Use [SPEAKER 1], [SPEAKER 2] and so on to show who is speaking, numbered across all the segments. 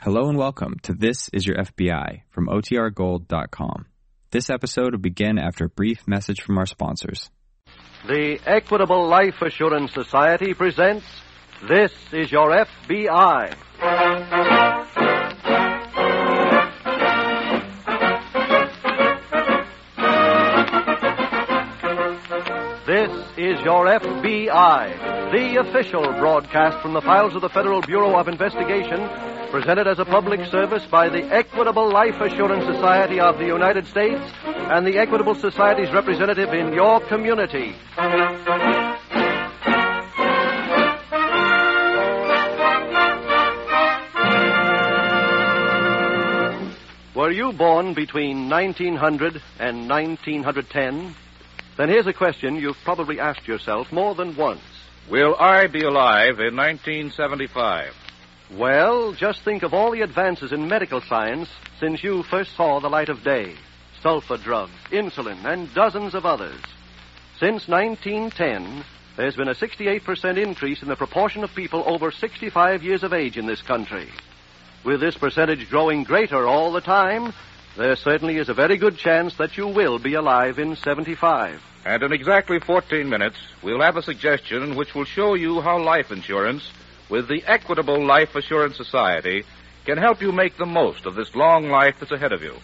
[SPEAKER 1] Hello and welcome to This Is Your FBI from OTRGold.com. This episode will begin after a brief message from our sponsors.
[SPEAKER 2] The Equitable Life Assurance Society presents This is Your FBI. This is Your FBI, the official broadcast from the files of the Federal Bureau of Investigation, presented as a public service by the Equitable Life Assurance Society of the United States and the Equitable Society's representative in your community. Were you born between 1900 and 1910? Then here's a question you've probably asked yourself more than once.
[SPEAKER 3] Will I be alive in 1975?
[SPEAKER 2] Well, just think of all the advances in medical science since you first saw the light of day sulfur drugs, insulin, and dozens of others. Since 1910, there's been a 68% increase in the proportion of people over 65 years of age in this country. With this percentage growing greater all the time, there certainly is a very good chance that you will be alive in 75.
[SPEAKER 3] And in exactly 14 minutes, we'll have a suggestion which will show you how life insurance with the Equitable Life Assurance Society can help you make the most of this long life that's ahead of you.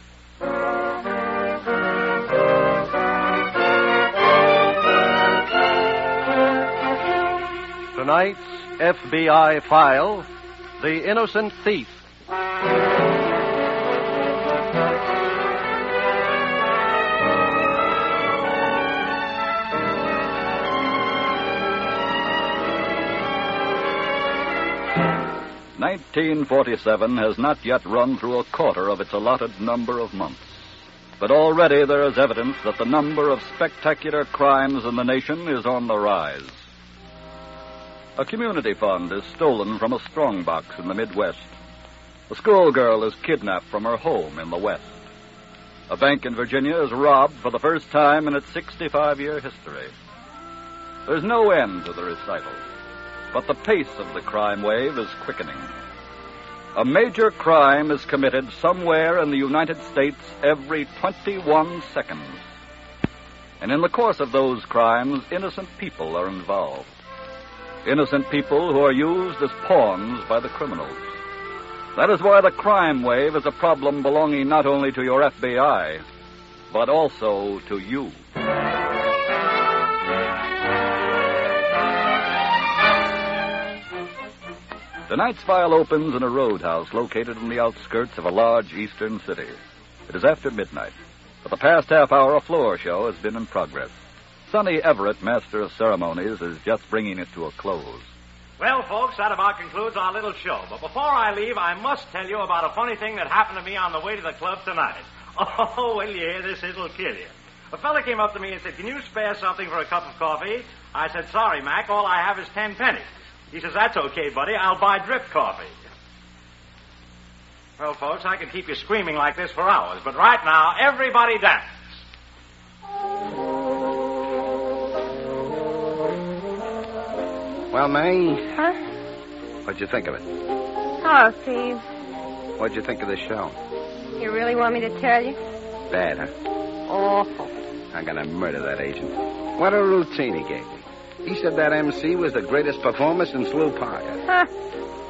[SPEAKER 2] Tonight's FBI file The Innocent Thief.
[SPEAKER 4] Nineteen forty seven has not yet run through a quarter of its allotted number of months. But already there is evidence that the number of spectacular crimes in the nation is on the rise. A community fund is stolen from a strongbox in the Midwest. A schoolgirl is kidnapped from her home in the West. A bank in Virginia is robbed for the first time in its 65 year history. There's no end to the recital, but the pace of the crime wave is quickening. A major crime is committed somewhere in the United States every 21 seconds. And in the course of those crimes, innocent people are involved. Innocent people who are used as pawns by the criminals. That is why the crime wave is a problem belonging not only to your FBI, but also to you. Tonight's file opens in a roadhouse located in the outskirts of a large eastern city. It is after midnight. For the past half hour, a floor show has been in progress. Sonny Everett, master of ceremonies, is just bringing it to a close.
[SPEAKER 5] Well, folks, that about concludes our little show. But before I leave, I must tell you about a funny thing that happened to me on the way to the club tonight. Oh, will you hear this? It'll kill you. A fella came up to me and said, Can you spare something for a cup of coffee? I said, Sorry, Mac, all I have is ten pennies. He says, That's okay, buddy. I'll buy drip coffee. Well, folks, I could keep you screaming like this for hours, but right now, everybody dance.
[SPEAKER 6] Well, May,
[SPEAKER 7] Huh?
[SPEAKER 6] what'd you think of it?
[SPEAKER 7] Oh, Steve,
[SPEAKER 6] What'd you think of this show?
[SPEAKER 7] you really want me to tell you?
[SPEAKER 6] Bad, huh?
[SPEAKER 7] Awful.
[SPEAKER 6] I'm gonna murder that agent. What a routine he gave me. He said that MC was the greatest performer since Lou Parker.
[SPEAKER 7] Huh?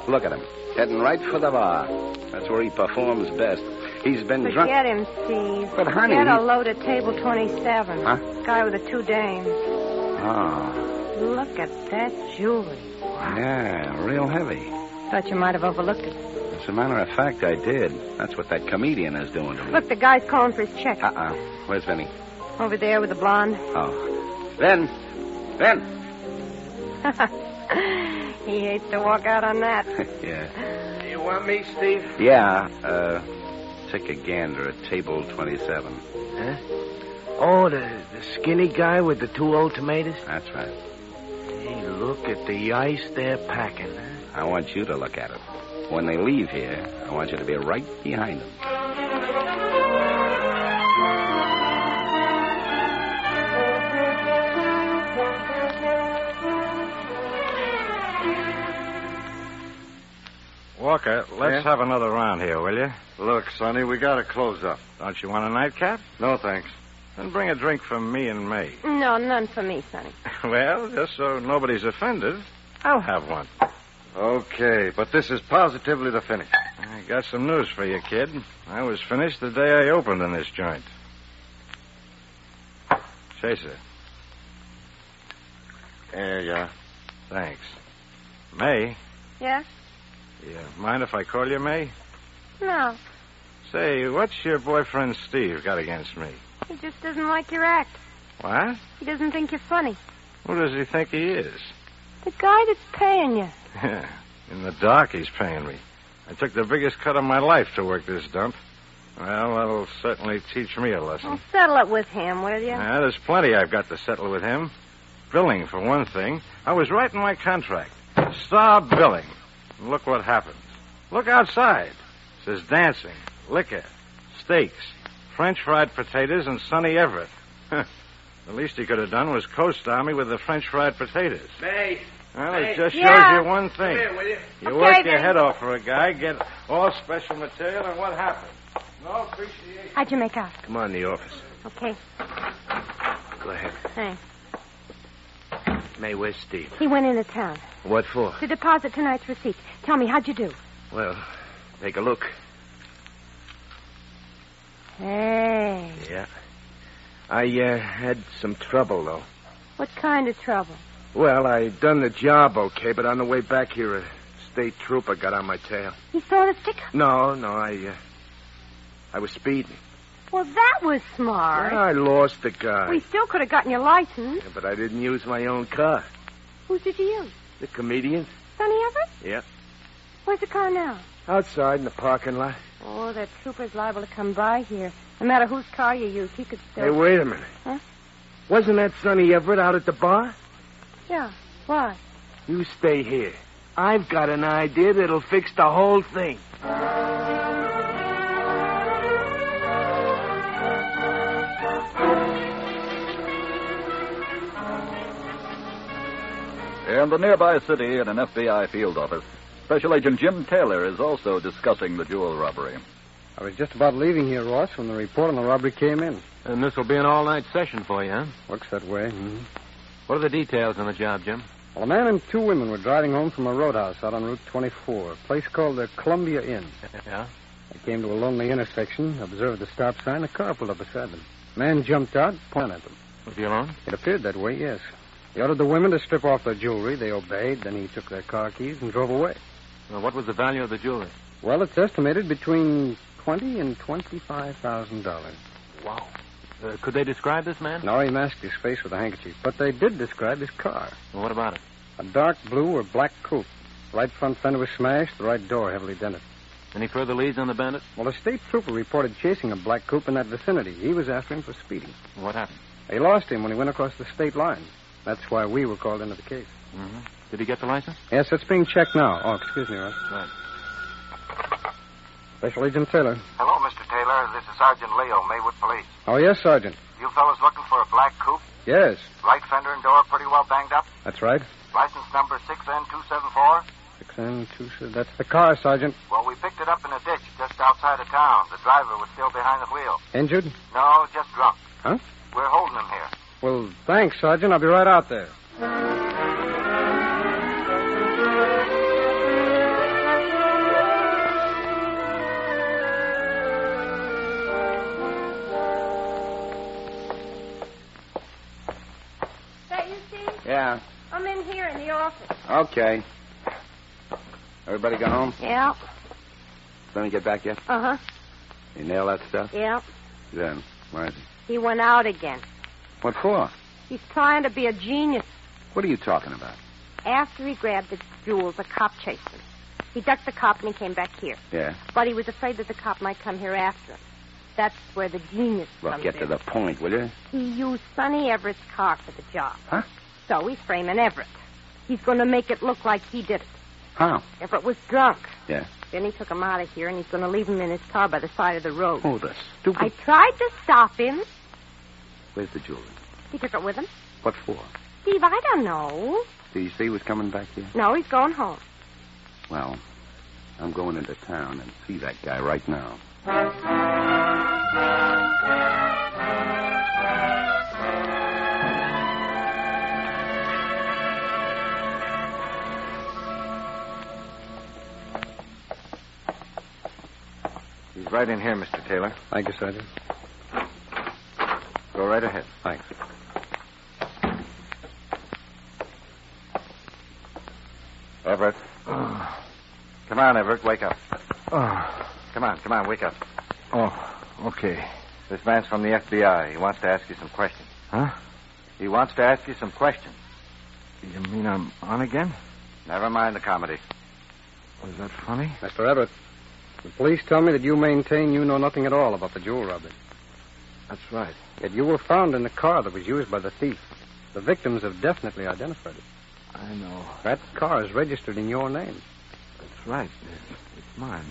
[SPEAKER 6] Look at him, heading right for the bar. That's where he performs best. He's been drunk.
[SPEAKER 7] Forget him, Steve.
[SPEAKER 6] But, honey,
[SPEAKER 7] Forget a
[SPEAKER 6] he-
[SPEAKER 7] load at table 27.
[SPEAKER 6] Huh?
[SPEAKER 7] Guy with the two dames.
[SPEAKER 6] Oh,
[SPEAKER 7] Look at that jewelry.
[SPEAKER 6] yeah, real heavy.
[SPEAKER 7] Thought you might have overlooked it.
[SPEAKER 6] As a matter of fact, I did. That's what that comedian is doing to me.
[SPEAKER 7] Look, the guy's calling for his check.
[SPEAKER 6] Uh-uh. Where's Vinny?
[SPEAKER 7] Over there with the blonde.
[SPEAKER 6] Oh. Then, then.
[SPEAKER 7] he hates to walk out on that.
[SPEAKER 6] yeah.
[SPEAKER 2] You want me, Steve?
[SPEAKER 6] Yeah, uh, take a gander at table 27.
[SPEAKER 8] Oh, the, the skinny guy with the two old tomatoes?
[SPEAKER 6] That's right.
[SPEAKER 8] Hey, look at the ice they're packing. huh?
[SPEAKER 6] I want you to look at it. When they leave here, I want you to be right behind them.
[SPEAKER 9] Walker, let's have another round here, will you?
[SPEAKER 10] Look, Sonny, we gotta close up.
[SPEAKER 9] Don't you want a nightcap?
[SPEAKER 10] No thanks.
[SPEAKER 9] Then bring a drink for me and May.
[SPEAKER 7] No, none for me, Sonny.
[SPEAKER 9] well, just so nobody's offended, I'll have one.
[SPEAKER 10] Okay, but this is positively the finish.
[SPEAKER 9] I got some news for you, kid. I was finished the day I opened in this joint. Chaser.
[SPEAKER 10] There you are.
[SPEAKER 9] Thanks. May?
[SPEAKER 7] Yeah?
[SPEAKER 9] Yeah. Mind if I call you May?
[SPEAKER 7] No.
[SPEAKER 9] Say, what's your boyfriend Steve got against me?
[SPEAKER 7] He just doesn't like your act.
[SPEAKER 9] What?
[SPEAKER 7] He doesn't think you're funny.
[SPEAKER 9] Who does he think he is?
[SPEAKER 7] The guy that's paying you.
[SPEAKER 9] In the dark, he's paying me. I took the biggest cut of my life to work this dump. Well, that'll certainly teach me a lesson.
[SPEAKER 7] Well, settle it with him, will you?
[SPEAKER 11] Uh,
[SPEAKER 9] Yeah, there's plenty I've got to settle with him. Billing, for one thing. I was right in my contract. Star billing. And Look what happens. Look outside. Says dancing, liquor, steaks, French fried potatoes, and Sonny Everett. Huh. the least he could have done was co-star me with the French fried potatoes.
[SPEAKER 11] May,
[SPEAKER 9] Well,
[SPEAKER 11] Hey.
[SPEAKER 9] it just shows
[SPEAKER 7] Yeah.
[SPEAKER 9] you one thing.
[SPEAKER 11] will you?
[SPEAKER 9] You
[SPEAKER 7] Okay,
[SPEAKER 9] work your
[SPEAKER 7] then.
[SPEAKER 9] head off for a guy, get all special material, and what happens? No appreciation.
[SPEAKER 7] How'd you make out?
[SPEAKER 11] Come on in the office.
[SPEAKER 7] Okay,
[SPEAKER 11] Go ahead.
[SPEAKER 7] thanks.
[SPEAKER 11] May, where's Steve?
[SPEAKER 7] He went into town
[SPEAKER 11] What for?
[SPEAKER 7] to deposit tonight's receipt. Tell me, how'd you do?
[SPEAKER 11] Well, take a look.
[SPEAKER 7] Hey,
[SPEAKER 11] Yeah. I uh, had some trouble, though.
[SPEAKER 7] what kind of trouble?
[SPEAKER 11] Well, I done the job okay, but on the way back here, a state trooper got on my tail.
[SPEAKER 7] He saw the sticker.
[SPEAKER 11] No, no, I, uh, I was speeding.
[SPEAKER 7] Well, that was smart.
[SPEAKER 11] I lost the guy,
[SPEAKER 7] We still could have gotten your license.
[SPEAKER 11] Yeah, but I didn't use my own car.
[SPEAKER 7] Who did you use?
[SPEAKER 11] The comedian
[SPEAKER 7] Sonny Everett?
[SPEAKER 11] Yeah.
[SPEAKER 7] Where's the car now?
[SPEAKER 11] outside in the parking lot.
[SPEAKER 7] Oh, that trooper's liable to come by here. No matter whose car you use, he could still.
[SPEAKER 11] Hey, wait a minute.
[SPEAKER 7] Huh?
[SPEAKER 11] Wasn't that Sonny Everett out at the bar?
[SPEAKER 7] Yeah. Why?
[SPEAKER 11] You stay here. I've got an idea that'll fix the whole thing.
[SPEAKER 12] In the nearby city, in an FBI field office, Special Agent Jim Taylor is also discussing the jewel robbery.
[SPEAKER 10] I was just about leaving here, Ross, when the report on the robbery came in.
[SPEAKER 4] And this will be an all night session for you, huh?
[SPEAKER 10] Looks that way. hmm
[SPEAKER 4] What are the details on the job, Jim?
[SPEAKER 10] Well, a man and two women were driving home from a roadhouse out on Route 24, a place called the Columbia Inn.
[SPEAKER 4] Yeah?
[SPEAKER 10] They came to a lonely intersection, observed the stop sign, a car pulled up beside them. man jumped out, pointed at them.
[SPEAKER 4] Was he alone?
[SPEAKER 10] It appeared that way, yes. He ordered the women to strip off their jewelry. They obeyed. Then he took their car keys and drove away.
[SPEAKER 4] Well, what was the value of the jewelry?
[SPEAKER 10] Well, it's estimated between twenty and twenty-five thousand dollars.
[SPEAKER 4] Wow. Uh, could they describe this man?
[SPEAKER 10] Now he masked his face with a handkerchief, but they did describe his car.
[SPEAKER 4] Well, what about it?
[SPEAKER 10] A dark blue or black coupe. Right front fender was smashed, the right door heavily dented.
[SPEAKER 4] Any further leads on the bandit?
[SPEAKER 10] Well, a state trooper reported chasing a black coupe in that vicinity. He was after him for speeding.
[SPEAKER 4] What happened?
[SPEAKER 10] They lost him when he went across the state line. That's why we were called into the case.
[SPEAKER 4] Mm-hmm. Did he get the license?
[SPEAKER 10] Yes, it's being checked now. Oh, excuse me, Russ.
[SPEAKER 4] Right.
[SPEAKER 10] Special Agent Taylor.
[SPEAKER 9] Hello, Mr. Taylor. This is Sergeant Leo, Maywood Police.
[SPEAKER 10] Oh, yes, Sergeant.
[SPEAKER 9] You fellas looking for a black coupe?
[SPEAKER 10] Yes,
[SPEAKER 9] Right fender and door pretty well banged up.
[SPEAKER 10] that's right.
[SPEAKER 9] License number 6N274.
[SPEAKER 10] Six and two, sir. That's the car, Sergeant.
[SPEAKER 9] Well, we picked it up in a ditch just outside of town. The driver was still behind the wheel.
[SPEAKER 10] Injured?
[SPEAKER 9] No, just drunk.
[SPEAKER 10] Huh?
[SPEAKER 9] We're holding him here.
[SPEAKER 10] Well, thanks, Sergeant. I'll be right out there.
[SPEAKER 7] That you, Steve?
[SPEAKER 10] Yeah,
[SPEAKER 7] I'm in here in the office.
[SPEAKER 10] okay. Everybody go home?
[SPEAKER 7] Yeah.
[SPEAKER 10] Let me get back yet?
[SPEAKER 7] Uh huh.
[SPEAKER 10] You nail that stuff?
[SPEAKER 7] Yeah.
[SPEAKER 10] Then, Marty.
[SPEAKER 7] He went out again.
[SPEAKER 10] What for?
[SPEAKER 7] He's trying to be a genius.
[SPEAKER 10] What are you talking about?
[SPEAKER 7] After he grabbed the jewels, the cop chased him. He ducked the cop and he came back here.
[SPEAKER 10] Yeah.
[SPEAKER 7] But he was afraid that the cop might come here after him. That's where the genius
[SPEAKER 10] Well,
[SPEAKER 7] comes
[SPEAKER 10] get to
[SPEAKER 7] in.
[SPEAKER 10] the point, will you?
[SPEAKER 7] He used Sonny Everett's car for the job.
[SPEAKER 10] Huh?
[SPEAKER 7] So he's framing Everett. He's going to make it look like he did it.
[SPEAKER 10] How?
[SPEAKER 7] Everett was drunk.
[SPEAKER 10] Yeah.
[SPEAKER 7] Then he took him out of here, and he's going to leave him in his car by the side of the road.
[SPEAKER 10] Oh, the stupid.
[SPEAKER 7] I tried to stop him.
[SPEAKER 10] Where's the jewelry?
[SPEAKER 7] He took it with him.
[SPEAKER 10] What for?
[SPEAKER 7] Steve, I don't know.
[SPEAKER 10] Did you see he was coming back here?
[SPEAKER 7] No, he's going home.
[SPEAKER 10] Well,
[SPEAKER 6] I'm going into town and see that guy right now.
[SPEAKER 8] He's right in here, Mr. Taylor.
[SPEAKER 6] Thank you, Sergeant.
[SPEAKER 8] Go right ahead.
[SPEAKER 6] Thanks.
[SPEAKER 8] Everett.
[SPEAKER 6] Ah.
[SPEAKER 8] Come on, Everett, wake up. Come on, come on, wake up.
[SPEAKER 9] Oh, okay.
[SPEAKER 8] This man's from the FBI. He wants to ask you some questions.
[SPEAKER 9] Huh?
[SPEAKER 8] He wants to ask you some questions.
[SPEAKER 9] You mean I'm on again?
[SPEAKER 8] Never mind the comedy.
[SPEAKER 9] Was that funny?
[SPEAKER 10] Mr. Everett, the police tell me that you maintain you know nothing at all about the jewel robbery.
[SPEAKER 9] That's right.
[SPEAKER 10] Yet you were found in the car that was used by the thief. The victims have definitely identified it.
[SPEAKER 9] I know.
[SPEAKER 10] That car is registered in your name.
[SPEAKER 9] That's right. It's, it's mine.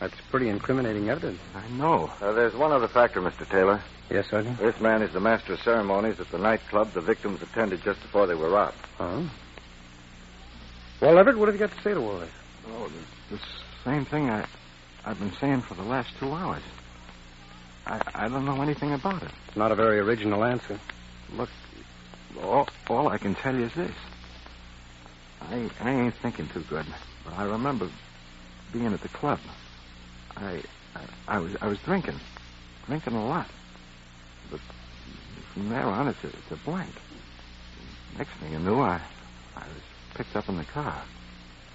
[SPEAKER 10] That's pretty incriminating evidence.
[SPEAKER 9] I know.
[SPEAKER 8] Uh, there's one other factor, Mr. Taylor.
[SPEAKER 10] Yes, Sergeant?
[SPEAKER 8] This man is the master of ceremonies at the nightclub the victims attended just before they were robbed.
[SPEAKER 10] Oh. Well, Everett, what have you got to say to all this?
[SPEAKER 9] Oh, the, the same thing I, I've been saying for the last two hours. I, I don't know anything about it.
[SPEAKER 10] Not a very original answer.
[SPEAKER 9] Look, all, all I can tell you is this. I, I ain't thinking too good, but I remember being at the club. I, I, I was I was drinking, drinking a lot. But from there on, it's a, it's a blank. Next thing you knew, I, I was picked up in the car.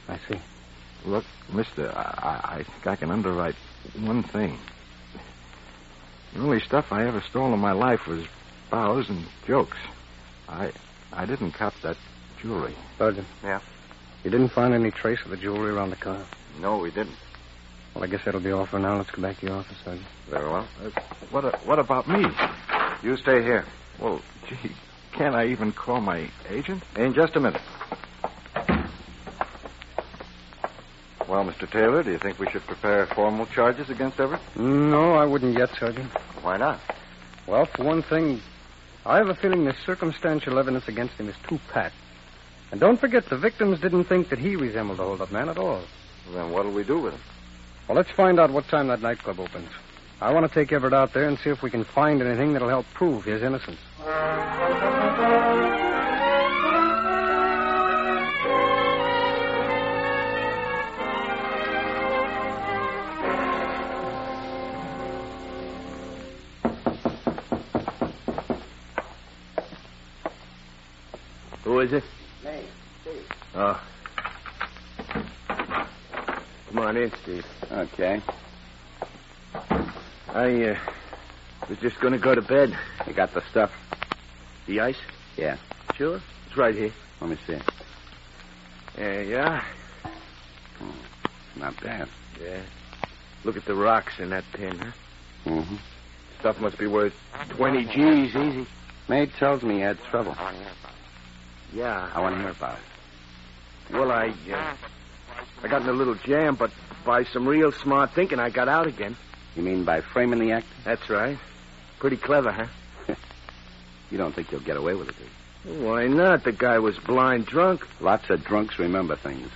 [SPEAKER 10] I see.
[SPEAKER 9] Look, mister, I, I I think I can underwrite one thing. The only stuff I ever stole in my life was bows and jokes. I I didn't cop that jewelry.
[SPEAKER 10] Sergeant.
[SPEAKER 8] Yeah?
[SPEAKER 10] You didn't find any trace of the jewelry around the car?
[SPEAKER 8] No, we didn't.
[SPEAKER 10] Well, I guess that'll be all for now. Let's go back to your office, Sergeant.
[SPEAKER 8] Very well.
[SPEAKER 9] Uh, what a, what about me?
[SPEAKER 8] You stay here.
[SPEAKER 9] Well, gee, can't I even call my agent?
[SPEAKER 8] In just a minute. Well, Mr. Taylor, do you think we should prepare formal charges against Everett?
[SPEAKER 10] No, I wouldn't yet, Sergeant.
[SPEAKER 8] Why not?
[SPEAKER 10] Well, for one thing, I have a feeling the circumstantial evidence against him is too pat. And don't forget, the victims didn't think that he resembled the holdup man at all.
[SPEAKER 8] Then what'll we do with him?
[SPEAKER 10] Well, let's find out what time that nightclub opens. I want to take Everett out there and see if we can find anything that'll help prove his innocence.
[SPEAKER 9] Who is it? Me, Oh. Come on in, Steve.
[SPEAKER 6] Okay.
[SPEAKER 9] I uh, was just going to go to bed.
[SPEAKER 6] You got the stuff?
[SPEAKER 9] The ice?
[SPEAKER 6] Yeah.
[SPEAKER 9] Sure. It's right here.
[SPEAKER 6] Let me see.
[SPEAKER 9] There you are.
[SPEAKER 6] Hmm. Not bad.
[SPEAKER 9] Yeah. Look at the rocks in that tin, huh?
[SPEAKER 6] Mm-hmm.
[SPEAKER 9] Stuff must be worth 20 G's easy.
[SPEAKER 6] Maid tells me you had trouble.
[SPEAKER 9] Yeah.
[SPEAKER 6] I want to hear about it.
[SPEAKER 9] Well, I, uh, I got in a little jam, but by some real smart thinking, I got out again.
[SPEAKER 6] You mean by framing the act?
[SPEAKER 9] That's right. Pretty clever, huh?
[SPEAKER 6] You don't think you'll get away with it, do you?
[SPEAKER 9] Why not? The guy was blind drunk.
[SPEAKER 6] Lots of drunks remember things.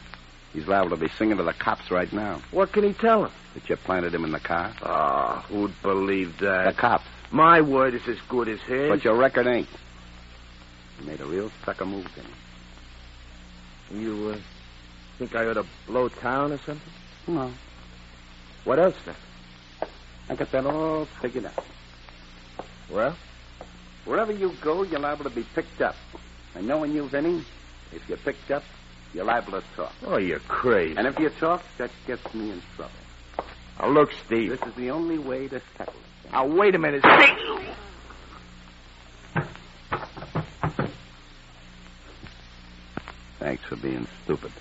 [SPEAKER 6] He's liable to be singing to the cops right now
[SPEAKER 9] What can he tell him?
[SPEAKER 6] that you planted him in the car.
[SPEAKER 9] Ah, who'd believe
[SPEAKER 6] The
[SPEAKER 9] that?
[SPEAKER 6] cops.
[SPEAKER 9] My word is as good as his.
[SPEAKER 6] But your record ain't. You made a real sucker move, didn't
[SPEAKER 9] You uh, think I ought to blow town or something?
[SPEAKER 6] you? No.
[SPEAKER 9] What else now?
[SPEAKER 6] I got that all figured out.
[SPEAKER 9] Well?
[SPEAKER 6] Wherever you go, you're liable to be picked up. And knowing you, Vinny, if you're picked up, you're liable to talk.
[SPEAKER 9] Oh, you're crazy.
[SPEAKER 6] And if you talk, that gets me in trouble.
[SPEAKER 9] Now, look, Steve.
[SPEAKER 6] This is the only way to settle it.
[SPEAKER 9] Now, wait a minute, Steve.
[SPEAKER 6] Thanks for being stupid.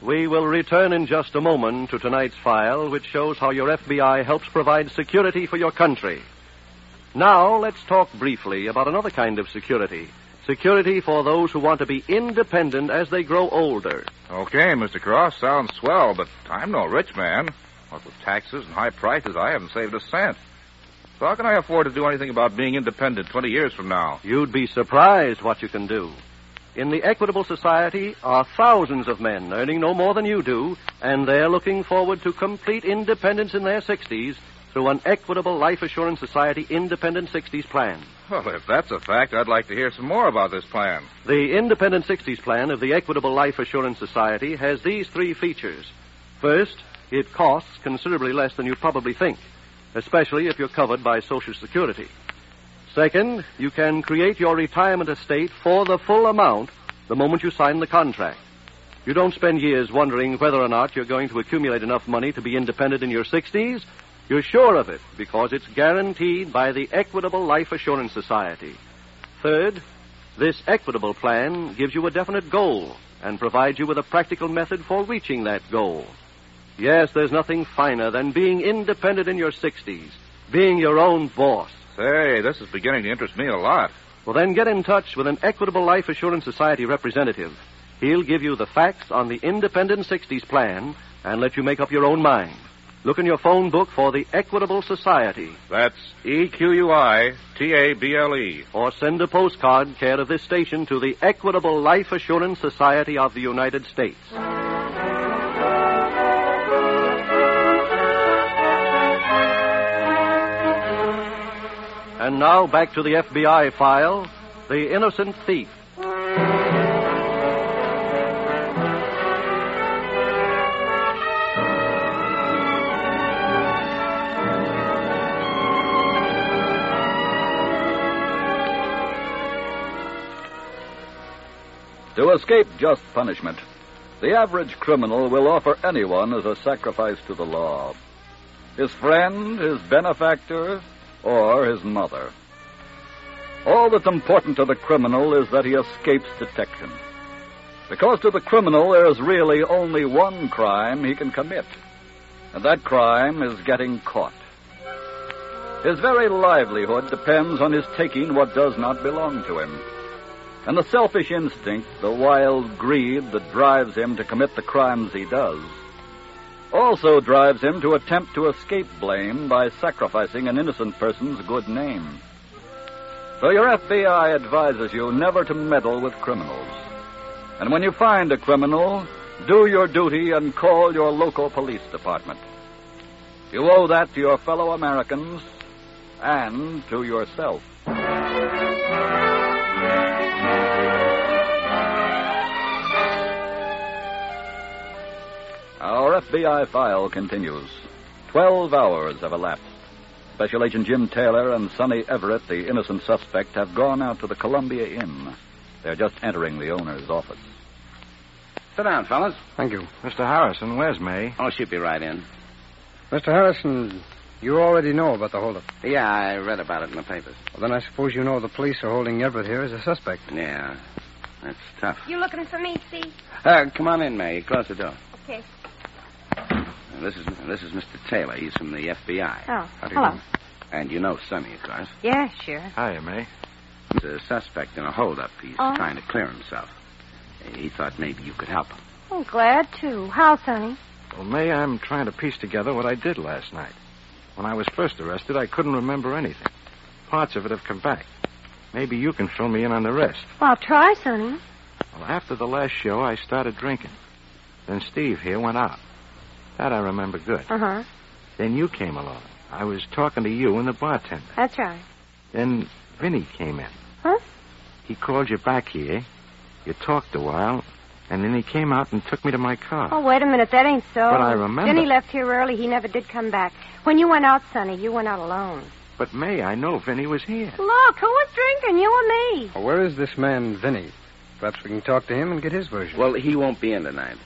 [SPEAKER 2] We will return in just a moment to tonight's file, which shows how your FBI helps provide security for your country. Now, let's talk briefly about another kind of security Security for those who want to be independent as they grow older.
[SPEAKER 3] Okay, Mr. Cross, sounds swell, but I'm no rich man. What with taxes and high prices, I haven't saved a cent. So how can I afford to do anything about being independent 20 years from now?
[SPEAKER 2] You'd be surprised what you can do. In the Equitable Society are thousands of men earning no more than you do, and they're looking forward to complete independence in their 60s through an Equitable Life Assurance Society Independent 60s plan.
[SPEAKER 3] Well, if that's a fact, I'd like to hear some more about this plan.
[SPEAKER 2] The Independent 60s plan of the Equitable Life Assurance Society has these three features. First, it costs considerably less than you probably think, especially if you're covered by Social Security. Second, you can create your retirement estate for the full amount the moment you sign the contract. You don't spend years wondering whether or not you're going to accumulate enough money to be independent in your 60s. You're sure of it because it's guaranteed by the Equitable Life Assurance Society. Third, this equitable plan gives you a definite goal and provides you with a practical method for reaching that goal. Yes, there's nothing finer than being independent in your 60s, being your own boss.
[SPEAKER 3] Say, this is beginning to interest me a lot.
[SPEAKER 2] Well, then get in touch with an Equitable Life Assurance Society representative. He'll give you the facts on the Independent 60s plan and let you make up your own mind. Look in your phone book for the Equitable Society
[SPEAKER 3] That's E Q U I T A B L E.
[SPEAKER 2] or send a postcard care of this station to the Equitable Life Assurance Society of the United States. And now back to the FBI file The Innocent Thief.
[SPEAKER 4] To escape just punishment, the average criminal will offer anyone as a sacrifice to the law his friend, his benefactor, or his mother. All that's important to the criminal is that he escapes detection. Because to the criminal there is really only one crime he can commit, and that crime is getting caught. His very livelihood depends on his taking what does not belong to him. And the selfish instinct, the wild greed that drives him to commit the crimes he does, also drives him to attempt to escape blame by sacrificing an innocent person's good name. So your FBI advises you never to meddle with criminals. And when you find a criminal, do your duty and call your local police department. You owe that to your fellow Americans and to yourself. Our FBI file continues. Twelve hours have elapsed. Special Agent Jim Taylor and Sonny Everett, the innocent suspect, have gone out to the Columbia Inn. They're just entering the owner's office.
[SPEAKER 6] Sit down, fellas.
[SPEAKER 10] Thank you.
[SPEAKER 9] Mr. Harrison, where's May?
[SPEAKER 6] Oh, she'll be right in.
[SPEAKER 10] Mr. Harrison, you already know about the holdup.
[SPEAKER 6] Yeah, I read about it in the papers.
[SPEAKER 10] Well, then I suppose you know the police are holding Everett here as a suspect.
[SPEAKER 6] Yeah, that's tough.
[SPEAKER 7] You looking for me, Steve?
[SPEAKER 6] Uh, come on in, May. Close the door.
[SPEAKER 7] Okay.
[SPEAKER 6] Now, This is this is Mr. Taylor. He's from the FBI.
[SPEAKER 7] Oh,
[SPEAKER 9] do you
[SPEAKER 7] hello.
[SPEAKER 9] do?
[SPEAKER 6] And you know Sonny, of course.
[SPEAKER 7] Yeah, sure.
[SPEAKER 9] Hiya, May.
[SPEAKER 6] He's a suspect in a holdup. He's
[SPEAKER 7] Oh.
[SPEAKER 6] trying to clear himself. He thought maybe you could help him.
[SPEAKER 7] Oh, glad to. How, Sonny?
[SPEAKER 9] Well, May, I'm trying to piece together what I did last night. When I was first arrested, I couldn't remember anything. Parts of it have come back. Maybe you can fill me in on the rest.
[SPEAKER 7] Well, try, Sonny.
[SPEAKER 9] Well, after the last show, I started drinking. Then Steve here went out. That I remember good.
[SPEAKER 7] Uh huh.
[SPEAKER 9] Then you came along. I was talking to you and the bartender.
[SPEAKER 7] That's right.
[SPEAKER 9] Then Vinny came in.
[SPEAKER 7] Huh?
[SPEAKER 9] He called you back here. You talked a while, and then he came out and took me to my car.
[SPEAKER 7] Oh, wait a minute. That ain't so.
[SPEAKER 9] But I remember.
[SPEAKER 7] Then he left here early. He never did come back. When you went out, Sonny, you went out alone.
[SPEAKER 9] But May, I know Vinny was here.
[SPEAKER 7] Look, who was drinking? You or me?
[SPEAKER 10] Well, where is this man, Vinny? Perhaps we can talk to him and get his version.
[SPEAKER 6] Well, he won't be in tonight.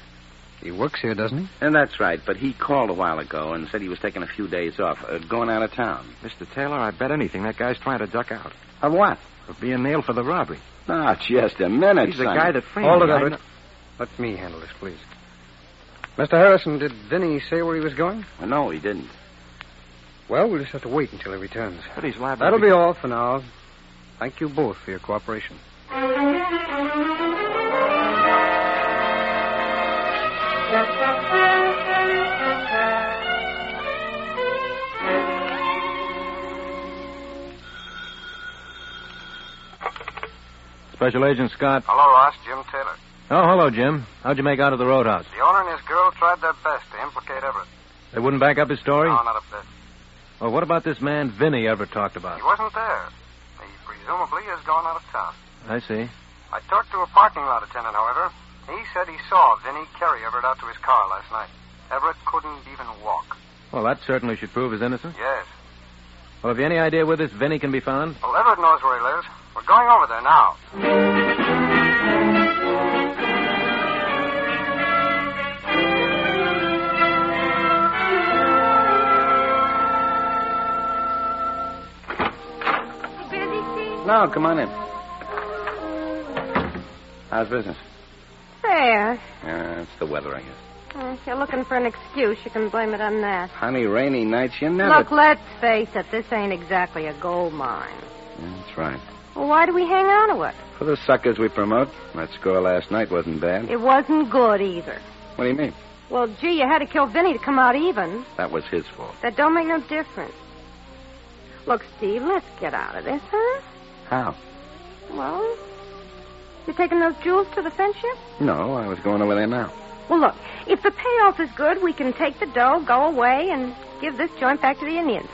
[SPEAKER 10] he works here, doesn't he?
[SPEAKER 6] And that's right, but he called a while ago and said he was taking a few days off, uh, going out of town.
[SPEAKER 9] Mr. Taylor, I bet anything that guy's trying to duck out
[SPEAKER 6] Of what?
[SPEAKER 9] for being nailed for the robbery.
[SPEAKER 6] Ah, just a minute,
[SPEAKER 9] He's the
[SPEAKER 6] Sonny.
[SPEAKER 9] guy that framed
[SPEAKER 10] Hold
[SPEAKER 9] me.
[SPEAKER 10] it,
[SPEAKER 9] I
[SPEAKER 10] Everett.
[SPEAKER 9] kn-
[SPEAKER 10] Let me handle this, please. Mr. Harrison, did Vinny say where he was going?
[SPEAKER 6] Well, no, he didn't.
[SPEAKER 10] Well, we'll just have to wait until he returns.
[SPEAKER 9] But he's liable.
[SPEAKER 10] That'll
[SPEAKER 9] to
[SPEAKER 10] be all for now. Thank you both for your cooperation.
[SPEAKER 7] Hello?
[SPEAKER 9] Special Agent Scott.
[SPEAKER 13] Hello, Ross. Jim Taylor.
[SPEAKER 9] Oh, hello, Jim. How'd you make out at the roadhouse?
[SPEAKER 13] The owner and his girl tried their best to implicate Everett.
[SPEAKER 9] They wouldn't back up his story?
[SPEAKER 13] No, not a bit.
[SPEAKER 9] Well, what about this man Vinny Everett talked about?
[SPEAKER 13] He wasn't there. He presumably is gone out of town.
[SPEAKER 9] I see.
[SPEAKER 13] I talked to a parking lot attendant, however. He said he saw Vinny carry Everett out to his car last night. Everett couldn't even walk.
[SPEAKER 9] Well, that certainly should prove his innocence.
[SPEAKER 13] Yes.
[SPEAKER 9] Well, have you any idea where this Vinny can be found?
[SPEAKER 13] Well, Everett knows where he lives. We're going over there now.
[SPEAKER 2] No, come on in. How's business?
[SPEAKER 7] There.
[SPEAKER 2] Yeah, it's the weather, I guess.
[SPEAKER 7] Uh, if you're looking for an excuse, you can blame it on that.
[SPEAKER 2] Honey, rainy nights, you never.
[SPEAKER 7] Look, let's face it, this ain't exactly a gold mine.
[SPEAKER 2] That's right.
[SPEAKER 7] Well, why do we hang on to it?
[SPEAKER 2] For the suckers we promote, that score last night wasn't bad.
[SPEAKER 7] It wasn't good either.
[SPEAKER 2] What do you mean?
[SPEAKER 7] Well, gee, you had to kill Vinny to come out even.
[SPEAKER 2] That was his fault.
[SPEAKER 7] That don't make no difference. Look, Steve, let's get out of this, huh?
[SPEAKER 2] How?
[SPEAKER 7] Well, you taking those jewels to the fence yet?
[SPEAKER 2] No, I was going over there now.
[SPEAKER 7] Well, look, if the payoff is good, we can take the dough, go away, and give this joint back to the Indians.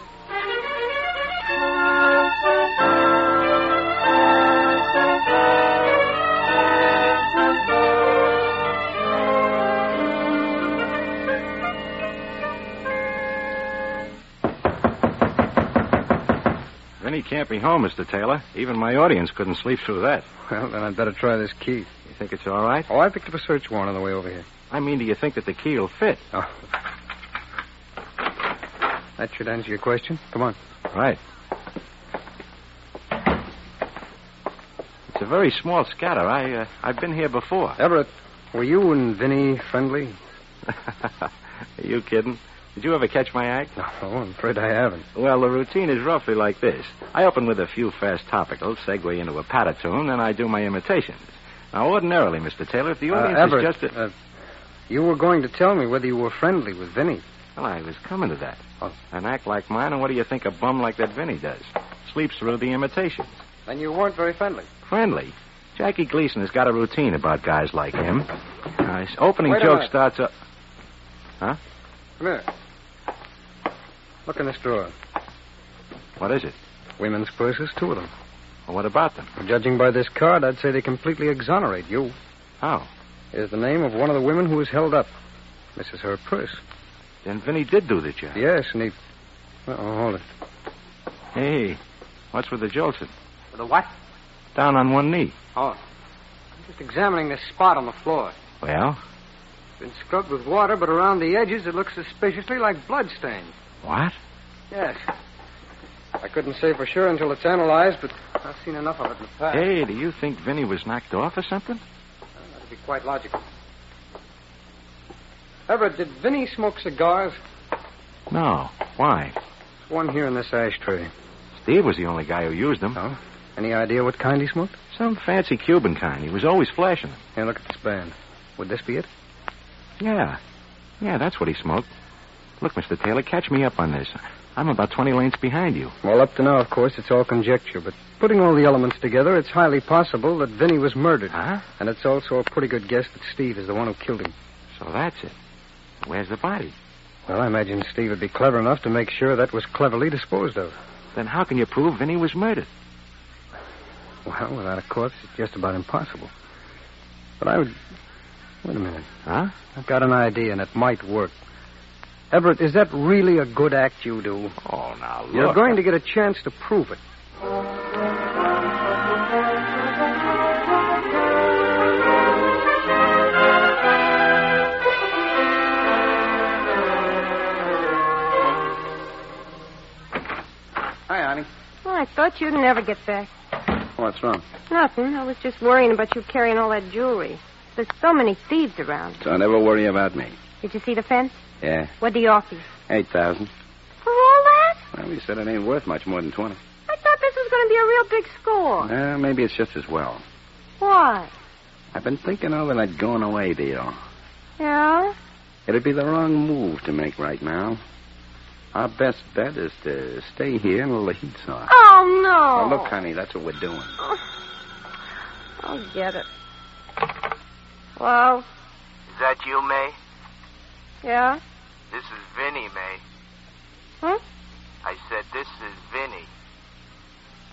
[SPEAKER 9] Vinny can't be home, Mr. Taylor. Even my audience couldn't sleep through that.
[SPEAKER 10] Well, then I'd better try this key.
[SPEAKER 9] You think it's all right?
[SPEAKER 10] Oh, I picked up a search warrant on the way over here.
[SPEAKER 9] I mean, do you think that the key will fit?
[SPEAKER 10] Oh. That should answer your question. Come on.
[SPEAKER 9] Right. It's a very small scatter. I, uh, I've been here before.
[SPEAKER 10] Everett, were you and Vinny friendly?
[SPEAKER 9] Are you kidding? Did you ever catch my act?
[SPEAKER 10] No, I'm afraid I haven't.
[SPEAKER 9] Well, the routine is roughly like this. I open with a few fast topicals, segue into a patter tune, then I do my imitations. Now, ordinarily, Mr. Taylor, if the
[SPEAKER 10] Uh,
[SPEAKER 9] audience
[SPEAKER 10] Everett,
[SPEAKER 9] is just a...
[SPEAKER 10] uh, you were going to tell me whether you were friendly with Vinny.
[SPEAKER 9] Well, I was coming to that.
[SPEAKER 10] Oh.
[SPEAKER 9] An act like mine, and what do you think a bum like that Vinny does? Sleeps through the imitations.
[SPEAKER 10] And you weren't very friendly.
[SPEAKER 9] Friendly. Jackie Gleason has got a routine about guys like him. Uh, his opening
[SPEAKER 10] Wait a
[SPEAKER 9] joke
[SPEAKER 10] minute.
[SPEAKER 9] starts up...
[SPEAKER 10] Come here. Look in this drawer.
[SPEAKER 9] What is it?
[SPEAKER 10] Women's purses, two of them.
[SPEAKER 9] Well, what about them?
[SPEAKER 10] Judging by this card, I'd say they completely exonerate you.
[SPEAKER 9] How?
[SPEAKER 10] Is the name of one of the women who was held up. This is her purse.
[SPEAKER 9] Then Vinny did do the job.
[SPEAKER 10] Yes, and he. Oh, hold it.
[SPEAKER 9] Hey, what's with the jolson?
[SPEAKER 10] The what?
[SPEAKER 9] Down on one knee.
[SPEAKER 10] Oh. I'm just examining this spot on the floor.
[SPEAKER 9] Well,
[SPEAKER 10] It's been scrubbed with water, but around the edges it looks suspiciously like blood stains.
[SPEAKER 9] what?
[SPEAKER 10] Yes. I couldn't say for sure until it's analyzed, but I've seen enough of it in the past.
[SPEAKER 9] Hey, do you think Vinny was knocked off or something?
[SPEAKER 10] That'd be quite logical. Everett, did Vinny smoke cigars?
[SPEAKER 9] No. Why?
[SPEAKER 10] There's one here in this ashtray.
[SPEAKER 9] Steve was the only guy who used them.
[SPEAKER 10] Oh? Any idea what kind he smoked?
[SPEAKER 9] Some fancy Cuban kind. He was always flashing them.
[SPEAKER 10] Here, look at this band. Would this be it?
[SPEAKER 9] Yeah. Yeah, that's what he smoked. Look, Mr. Taylor, catch me up on this. I'm about 20 lengths behind you.
[SPEAKER 10] Well, up to now, of course, it's all conjecture, but putting all the elements together, it's highly possible that Vinny was murdered.
[SPEAKER 9] Huh?
[SPEAKER 10] And it's also a pretty good guess that Steve is the one who killed him.
[SPEAKER 9] So that's it. Where's the body?
[SPEAKER 10] Well, I imagine Steve would be clever enough to make sure that was cleverly disposed of.
[SPEAKER 9] Then how can you prove Vinny was murdered?
[SPEAKER 10] Well, without a corpse, it's just about impossible. But I would. Wait a minute.
[SPEAKER 9] Huh?
[SPEAKER 10] I've got an idea, and it might work. Everett, is that really a good act you do?
[SPEAKER 9] Oh, now look.
[SPEAKER 10] You're going to get a chance to prove it.
[SPEAKER 2] Hi, honey.
[SPEAKER 7] Well, I thought you'd never get back.
[SPEAKER 2] What's wrong?
[SPEAKER 7] Nothing. I was just worrying about you carrying all that jewelry. There's so many thieves around.
[SPEAKER 2] Don't ever worry about me.
[SPEAKER 7] Did you see the fence?
[SPEAKER 2] Yeah,
[SPEAKER 7] What'd he offer you?
[SPEAKER 2] eight thousand.
[SPEAKER 7] For all that?
[SPEAKER 2] Well, he said it ain't worth much more than twenty.
[SPEAKER 7] I thought this was going to be a real big score.
[SPEAKER 2] Well, maybe it's just as well.
[SPEAKER 7] Why?
[SPEAKER 2] I've been thinking over that going away deal.
[SPEAKER 7] Yeah?
[SPEAKER 2] It'd be the wrong move to make right now. Our best bet is to stay here until the heat's off.
[SPEAKER 7] Oh,
[SPEAKER 2] Now,
[SPEAKER 7] no.
[SPEAKER 2] look, honey, that's what we're doing.
[SPEAKER 7] I'll get it. Hello?
[SPEAKER 13] Is that you, May?
[SPEAKER 7] Yeah?
[SPEAKER 13] This is Vinny, May.
[SPEAKER 7] Huh?
[SPEAKER 13] I said, this is Vinny.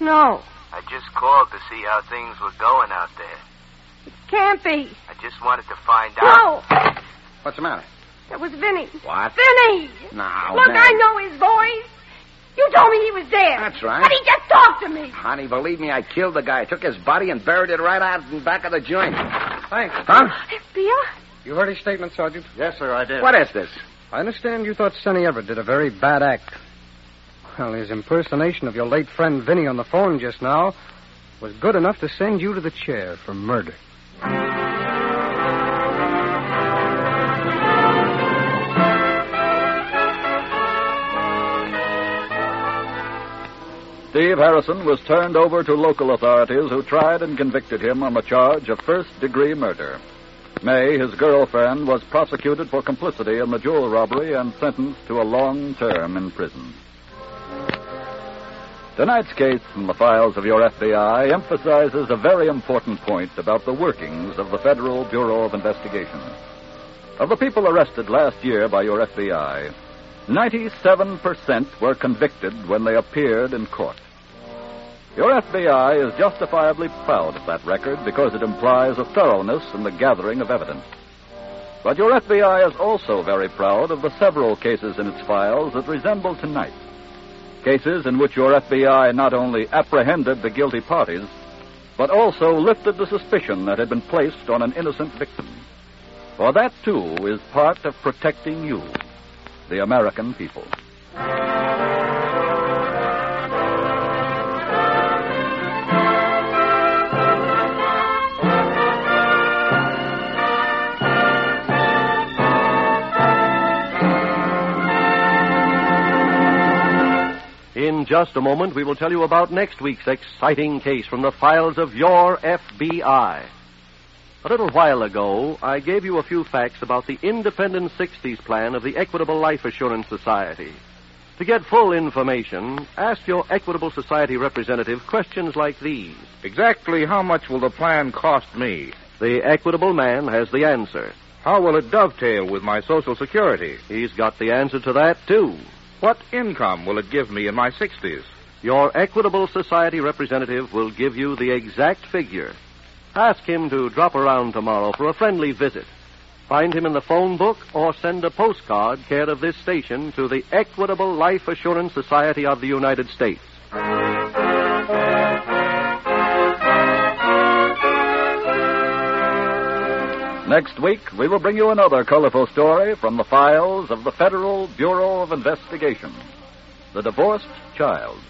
[SPEAKER 7] No.
[SPEAKER 13] I just called to see how things were going out there.
[SPEAKER 7] Can't be.
[SPEAKER 13] I just wanted to find out.
[SPEAKER 7] No!
[SPEAKER 6] What's the matter?
[SPEAKER 7] That was Vinny.
[SPEAKER 6] What?
[SPEAKER 7] Vinny!
[SPEAKER 6] Now,
[SPEAKER 7] Look,
[SPEAKER 6] now.
[SPEAKER 7] I know his voice. You told me he was dead.
[SPEAKER 6] That's right.
[SPEAKER 7] But he just talked to me.
[SPEAKER 6] Honey, believe me, I killed the guy. I took his body and buried it right out in back of the joint.
[SPEAKER 10] Thanks.
[SPEAKER 6] Huh?
[SPEAKER 7] FBI?
[SPEAKER 10] You heard his statement, Sergeant?
[SPEAKER 8] Yes, sir, I did.
[SPEAKER 6] What is this?
[SPEAKER 10] I understand you thought Sonny Everett did a very bad act. Well, his impersonation of your late friend Vinny on the phone just now was good enough to send you to the chair for murder.
[SPEAKER 4] Steve Harrison was turned over to local authorities who tried and convicted him on the charge of first degree murder. May, his girlfriend, was prosecuted for complicity in the jewel robbery and sentenced to a long term in prison. Tonight's case from the files of your FBI emphasizes a very important point about the workings of the Federal Bureau of Investigation. Of the people arrested last year by your FBI, 97% were convicted when they appeared in court. Your FBI is justifiably proud of that record because it implies a thoroughness in the gathering of evidence. But your FBI is also very proud of the several cases in its files that resemble tonight. Cases in which your FBI not only apprehended the guilty parties, but also lifted the suspicion that had been placed on an innocent victim. For that, too, is part of protecting you, the American people.
[SPEAKER 2] In just a moment, we will tell you about next week's exciting case from the files of your FBI. A little while ago, I gave you a few facts about the Independent 60s plan of the Equitable Life Assurance Society. To get full information, ask your Equitable Society representative questions like these.
[SPEAKER 3] Exactly how much will the plan cost me?
[SPEAKER 2] The Equitable man has the answer.
[SPEAKER 3] How will it dovetail with my Social Security?
[SPEAKER 2] He's got the answer to that, too.
[SPEAKER 3] What income will it give me in my 60s?
[SPEAKER 2] Your Equitable Society representative will give you the exact figure. Ask him to drop around tomorrow for a friendly visit. Find him in the phone book or send a postcard care of this station to the Equitable Life Assurance Society of the United States.
[SPEAKER 4] Next week, we will bring you another colorful story from the files of the Federal Bureau of Investigation The Divorced Child.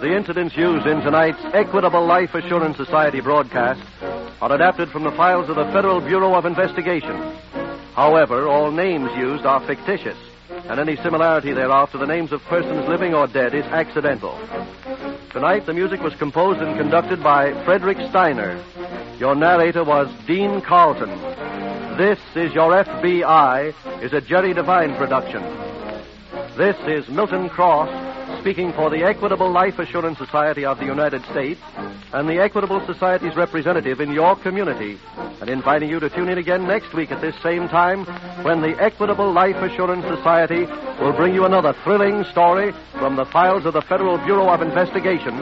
[SPEAKER 2] The incidents used in tonight's Equitable Life Assurance Society broadcast are adapted from the files of the Federal Bureau of Investigation. However, all names used are fictitious, and any similarity thereof to the names of persons living or dead is accidental. Tonight, the music was composed and conducted by Frederick Steiner. Your narrator was Dean Carlton. This is Your FBI is a Jerry Devine production. This is Milton Cross speaking for the Equitable Life Assurance Society of the United States and the Equitable Society's representative in your community and inviting you to tune in again next week at this same time when the Equitable Life Assurance Society will bring you another thrilling story from the files of the Federal Bureau of Investigation,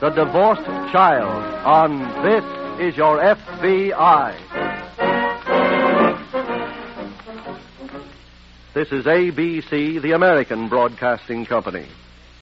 [SPEAKER 2] The Divorced Child, on This Is Your FBI. This is ABC, the American Broadcasting Company.